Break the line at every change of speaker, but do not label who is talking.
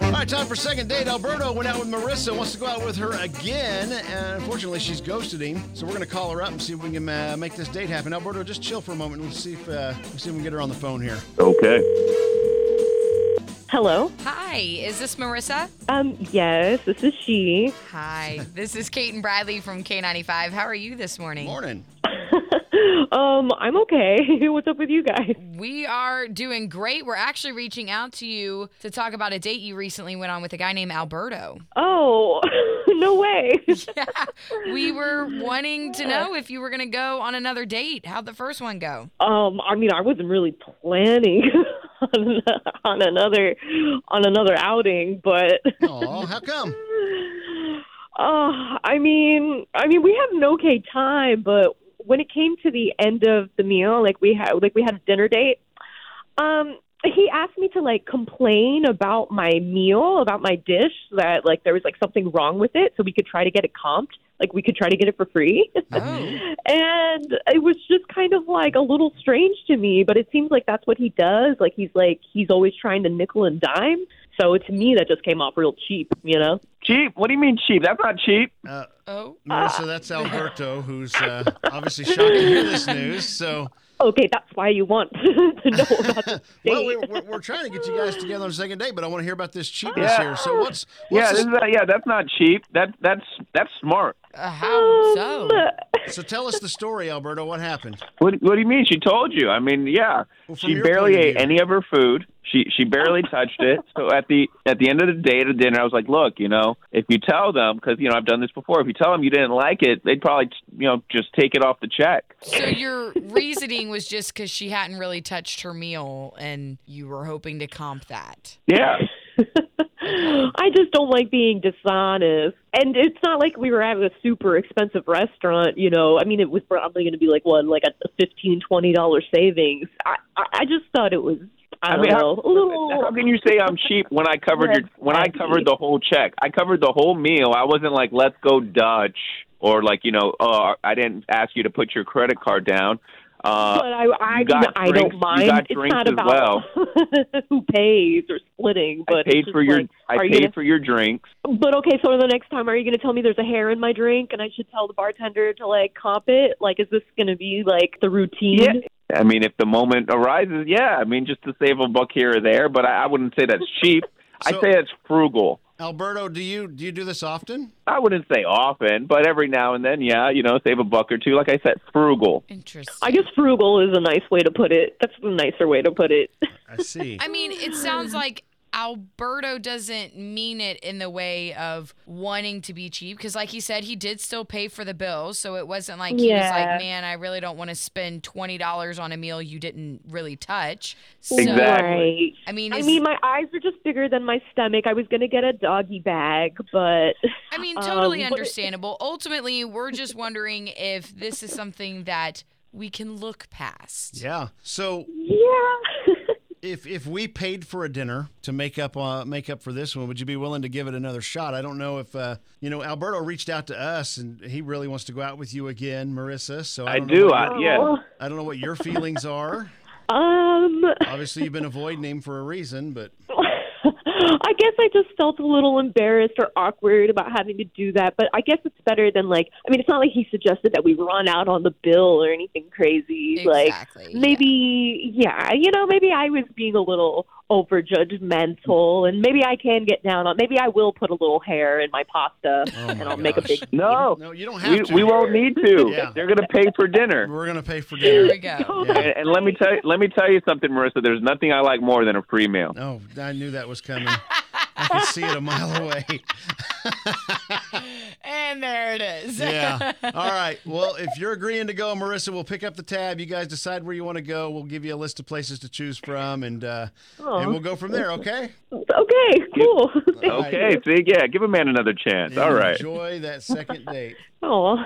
All right, time for second date. Alberto went out with Marissa, wants to go out with her again, and unfortunately, she's ghosted him. So we're going to call her up and see if we can uh, make this date happen. Alberto, just chill for a moment. Let's see if uh, let's see if we can get her on the phone here.
Okay.
Hello.
Hi, is this Marissa?
Um, yes, this is she.
Hi, this is Kate and Bradley from K95. How are you this morning?
Morning.
Um, I'm okay. What's up with you guys?
We are doing great. We're actually reaching out to you to talk about a date you recently went on with a guy named Alberto.
Oh, no way.
Yeah, we were wanting to know if you were going to go on another date. How'd the first one go?
Um, I mean, I wasn't really planning on, on another on another outing, but
Oh, how come?
uh, I mean, I mean, we had an okay time, but when it came to the end of the meal, like we had like we had a dinner date. Um, he asked me to like complain about my meal, about my dish, that like there was like something wrong with it, so we could try to get it comped. Like we could try to get it for free.
Oh,
and it was just kind of like a little strange to me but it seems like that's what he does like he's like he's always trying to nickel and dime so to me that just came off real cheap you know
Cheap? What do you mean cheap? That's not cheap.
Uh,
oh.
Marissa, that's Alberto, who's uh, obviously shocked to hear this news. So,
okay that's why you want to know about this
well, we,
date.
we're, we're trying to get you guys together on second date, but I want to hear about this cheapness
Yeah.
here. So, what's,
Yeah,
what's
this is not, yeah, that's not cheap. That that's that's smart.
Uh, how
Um,
so?
the, so tell us the story, Alberto. What happened?
What What do you mean? She told you. I mean, yeah,
Well, from
she
your
barely
point of
ate
view.
any of her food. She she barely touched it. So at the at the end of the day at a dinner, I was like, look, you know, if you tell them, because you know I've done this before. If you tell them you didn't like it, they'd probably you know just take it off the check.
So your reasoning was just because she hadn't really touched her meal, and you were hoping to comp that.
Yeah.
I just don't like being dishonest. And it's not like we were at a super expensive restaurant, you know. I mean, it was probably going to be like what, like a fifteen, twenty dollar savings. I, I, I just thought it was, I,
I
don't
mean,
know, a little.
How can you say I'm cheap when I covered your, when I covered the whole check? I covered the whole meal. I wasn't like, let's go Dutch or like you know, oh, I didn't ask you to put your credit card down. Uh,
but I, I,
you got
I
drinks-
don't
you
mind.
got
it's
drinks
not
as
about
well.
who pays or splitting. But
I
it's
paid
just
for your
like,
I
are you
paid
gonna-
for your drinks.
But okay, so the next time, are you going to tell me there's a hair in my drink, and I should tell the bartender to like comp it? Like, is this going to be like the routine?
Yeah. I mean, if the moment arises, yeah. I mean, just to save a buck here or there, but I, I wouldn't say that's cheap.
So-
I'd say it's frugal.
Alberto, do you do you do this often?
I wouldn't say often, but every now and then, yeah, you know, save a buck or two. Like I said, frugal.
Interesting.
I guess frugal is a nice way to put it. That's the nicer way to put it.
I see.
I mean, it sounds like Alberto doesn't mean it in the way of wanting to be cheap because, like he said, he did still pay for the bill. So it wasn't like he was
Yeah.
like, man, I really don't want to spend $20 on a meal you didn't really touch. So,
Exactly.
Right.
I mean,
I
it's-
mean, my eyes are just bigger than my stomach. I was going to get a doggy bag, but
I mean,
Um,
totally
but it-
understandable. Ultimately, we're just wondering if this is something that we can look past.
Yeah. So
yeah.
if if we paid for a dinner to make up uh, make up for this one, would you be willing to give it another shot? I don't know if uh, you know Alberto reached out to us and he really wants to go out with you again, Marissa. So I,
I
don't
do.
Know what,
I, Uh, yeah.
I don't know what your feelings are.
Um,
Obviously, you've been avoiding him for a reason, but
I guess I just felt a little embarrassed or awkward about having to do that, but I guess it's better than like. I mean, it's not like he suggested that we run out on the bill or anything crazy. Like,
Exactly. yeah.
maybe yeah you know maybe i was being a little over judgmental and maybe i can get down on maybe i will put a little hair in my pasta
Oh, my
and i'll make a
gosh.
big
No,
no, you don't have
we,
to.
we won't need to.
Yeah.
They're gonna pay for dinner.
We're gonna pay for
There
dinner.
we go.
Yeah.
And, and let me tell you, let me tell you something, Marissa. There's nothing I like more than a free meal.
Oh, I knew that was coming. I could see it a mile away.
and there it is.
Yeah. All right. Well, if you're agreeing to go, Marissa, we'll pick up the tab. You guys decide where you want to go. We'll give you a list of places to choose from, and uh, and we'll go from there. Okay.
okay cool
Right.
Okay, see, yeah, give a man another chance. All right.
Enjoy that second date.
oh